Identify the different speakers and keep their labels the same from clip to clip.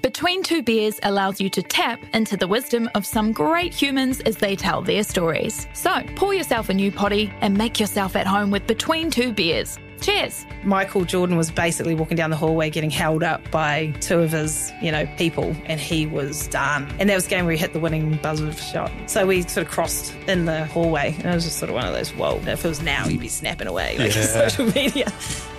Speaker 1: Between Two Beers allows you to tap into the wisdom of some great humans as they tell their stories. So pour yourself a new potty and make yourself at home with Between Two Beers. Cheers.
Speaker 2: Michael Jordan was basically walking down the hallway getting held up by two of his, you know, people, and he was done. And that was the game where he hit the winning buzzer shot. So we sort of crossed in the hallway, and it was just sort of one of those, whoa, if it was now, you'd be snapping away like
Speaker 3: Yeah.
Speaker 2: social media.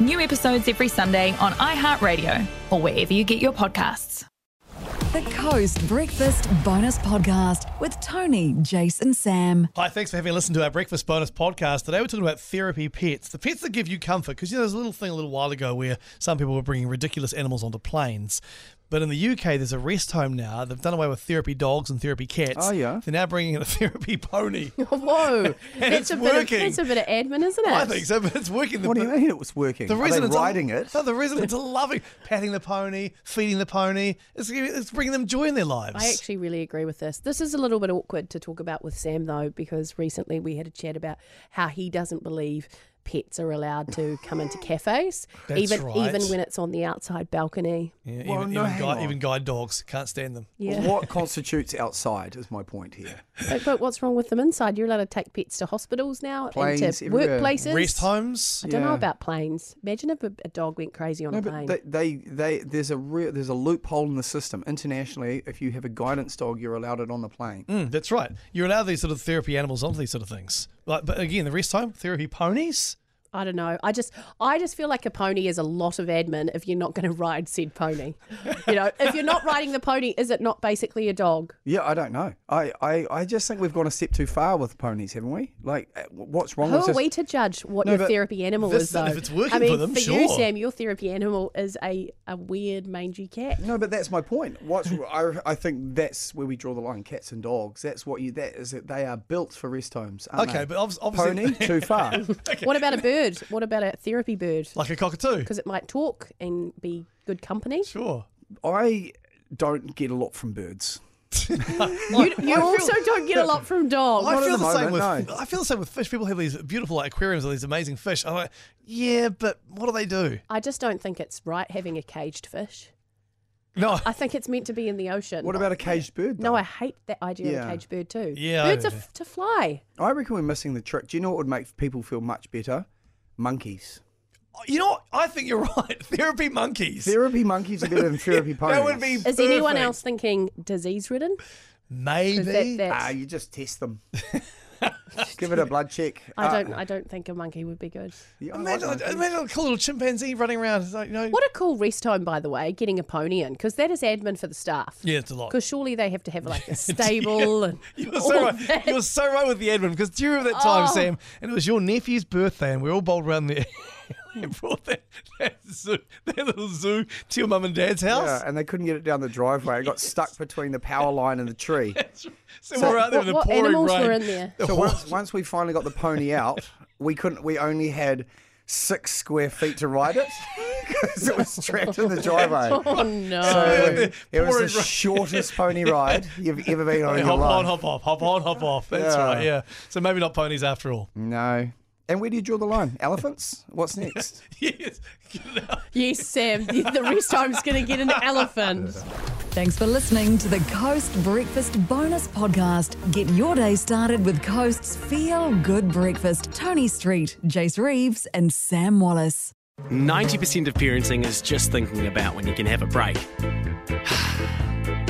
Speaker 1: New episodes every Sunday on iHeartRadio or wherever you get your podcasts.
Speaker 4: The Coast Breakfast Bonus Podcast with Tony, Jace, and Sam.
Speaker 3: Hi, thanks for having a listen to our breakfast bonus podcast. Today we're talking about therapy pets, the pets that give you comfort. Because you know, there's a little thing a little while ago where some people were bringing ridiculous animals onto planes. But in the UK, there's a rest home now. They've done away with therapy dogs and therapy cats.
Speaker 5: Oh, yeah.
Speaker 3: They're now bringing in a therapy pony.
Speaker 6: Whoa,
Speaker 3: it's
Speaker 6: that's a bit. Of,
Speaker 3: working.
Speaker 6: that's a bit of admin, isn't it?
Speaker 3: I think so, but it's working.
Speaker 5: What do you mean it was working?
Speaker 3: The
Speaker 5: Are they
Speaker 3: residents
Speaker 5: riding
Speaker 3: are,
Speaker 5: it?
Speaker 3: No, the residents are loving patting the pony, feeding the pony. It's, it's bringing them joy in their lives.
Speaker 6: I actually really agree with this. This is a little bit awkward to talk about with Sam though, because recently we had a chat about how he doesn't believe pets are allowed to come into cafes,
Speaker 3: That's
Speaker 6: even
Speaker 3: right.
Speaker 6: even when it's on the outside balcony.
Speaker 3: Yeah,
Speaker 5: Well,
Speaker 3: even,
Speaker 5: no,
Speaker 3: even,
Speaker 5: hang
Speaker 3: guide,
Speaker 5: on.
Speaker 3: even guide dogs can't stand them.
Speaker 6: Yeah,
Speaker 5: What constitutes outside is my point here.
Speaker 6: but, but what's wrong with them inside? You're allowed to take pets to hospitals now,
Speaker 5: Planes
Speaker 6: into
Speaker 5: everywhere.
Speaker 6: workplaces,
Speaker 3: Rest homes.
Speaker 6: I don't know
Speaker 5: Yeah.
Speaker 6: about planes. Imagine if a, a dog went crazy on
Speaker 5: No,
Speaker 6: a
Speaker 5: but
Speaker 6: plane.
Speaker 5: they, they, they there's a real, there's a loophole in the system internationally. If you have a guidance dog, you're allowed it on the plane.
Speaker 3: Mm, that's right. You allow these sort of therapy animals onto these sort of things. Like, but again, the rest home therapy ponies.
Speaker 6: I don't know. I just I just feel like a pony is a lot of admin if you're not going to ride said pony. you know, if you're not riding the pony, is it not basically a dog?
Speaker 5: Yeah, I don't know. I, I, I just think we've gone a step too far with ponies, haven't we? Like, uh, what's wrong
Speaker 6: Who
Speaker 5: with
Speaker 6: are
Speaker 5: just,
Speaker 6: we to judge what
Speaker 5: No,
Speaker 6: your
Speaker 5: but
Speaker 6: therapy animal
Speaker 3: this-
Speaker 6: is though?
Speaker 3: if it's working
Speaker 6: I mean,
Speaker 3: for them,
Speaker 6: you,
Speaker 3: sure.
Speaker 6: Sam, your therapy animal is a, a weird mangy cat.
Speaker 5: No, but that's my point. What's I, I think that's where we draw the line. Cats and dogs. That's what you. That is that they are built for rest homes. Aren't
Speaker 3: Okay,
Speaker 5: they?
Speaker 3: but obvi- obviously-
Speaker 5: pony too far.
Speaker 6: What about a bird? What about a therapy bird?
Speaker 3: Like a cockatoo.
Speaker 6: Because it might talk and be good company.
Speaker 3: Sure.
Speaker 5: I don't get a lot from birds.
Speaker 6: You, you also don't get a lot from dogs.
Speaker 3: I
Speaker 5: at
Speaker 3: feel
Speaker 5: the
Speaker 3: the same
Speaker 5: moment,
Speaker 3: with I feel the same with fish. People have these beautiful like aquariums with these amazing fish. I'm like, yeah, but what do they do?
Speaker 6: I just don't think it's right having a caged fish.
Speaker 3: No,
Speaker 6: I think it's meant to be in the ocean.
Speaker 5: What about a caged bird?
Speaker 6: No,
Speaker 5: though?
Speaker 6: I hate that idea of
Speaker 5: Yeah.
Speaker 6: a caged bird too.
Speaker 3: Yeah, I
Speaker 6: birds are
Speaker 3: don't
Speaker 6: f- to fly.
Speaker 5: I reckon we're missing the trick. Do you know what would make people feel much better? Monkeys.
Speaker 3: you know, what? I think you're right. Therapy monkeys.
Speaker 5: Therapy monkeys are better than therapy ponies.
Speaker 3: That would be.
Speaker 6: Is anyone
Speaker 3: perfect.
Speaker 6: else thinking disease ridden?
Speaker 3: Maybe.
Speaker 5: Ah, you just test them. Give it a blood check.
Speaker 6: I
Speaker 5: Ah,
Speaker 6: don't. I don't think a monkey would be good.
Speaker 5: yeah, I like
Speaker 3: Imagine,
Speaker 5: monkeys.
Speaker 3: imagine a cool little chimpanzee running around. It's like, you know,
Speaker 6: What a cool rest home, by the way. Getting a pony in because that is admin for the staff.
Speaker 3: Yeah, it's a lot.
Speaker 6: Because surely they have to have like a stable and
Speaker 3: You were,
Speaker 6: all
Speaker 3: so right.
Speaker 6: that.
Speaker 3: you were so right with the admin because do you remember that time,
Speaker 6: Oh.
Speaker 3: Sam? And it was your nephew's birthday, and we were all bowled around there. and brought that, that, zoo, that little zoo to your mum and dad's house.
Speaker 5: Yeah, and they couldn't get it down the driveway. It got stuck between the power line and the tree.
Speaker 3: So, we're out there in the
Speaker 6: what, what
Speaker 3: pouring
Speaker 6: animals
Speaker 3: rain.
Speaker 6: were in there?
Speaker 5: So once, once we finally got the pony out, we couldn't. We only had six square feet to ride it because it was trapped in the driveway.
Speaker 6: Oh no!
Speaker 5: So it was the
Speaker 3: Pouring rain.
Speaker 5: shortest pony ride you've ever been on
Speaker 3: Hey,
Speaker 5: in your
Speaker 3: hop on,
Speaker 5: life.
Speaker 3: hop off, hop on, hop off. That's
Speaker 5: Yeah.
Speaker 3: right, yeah. So maybe not ponies after all.
Speaker 5: No. And where do you draw the line? Elephants? What's next?
Speaker 3: yes. Get it out.
Speaker 6: yes, Sam. The, the rest home's going to get an elephant.
Speaker 4: Thanks for listening to the Coast Breakfast Bonus Podcast. Get your day started with Coast's Feel Good Breakfast. Tony Street, Jace Reeves, and Sam Wallace.
Speaker 7: 90% of parenting is just thinking about when you can have a break.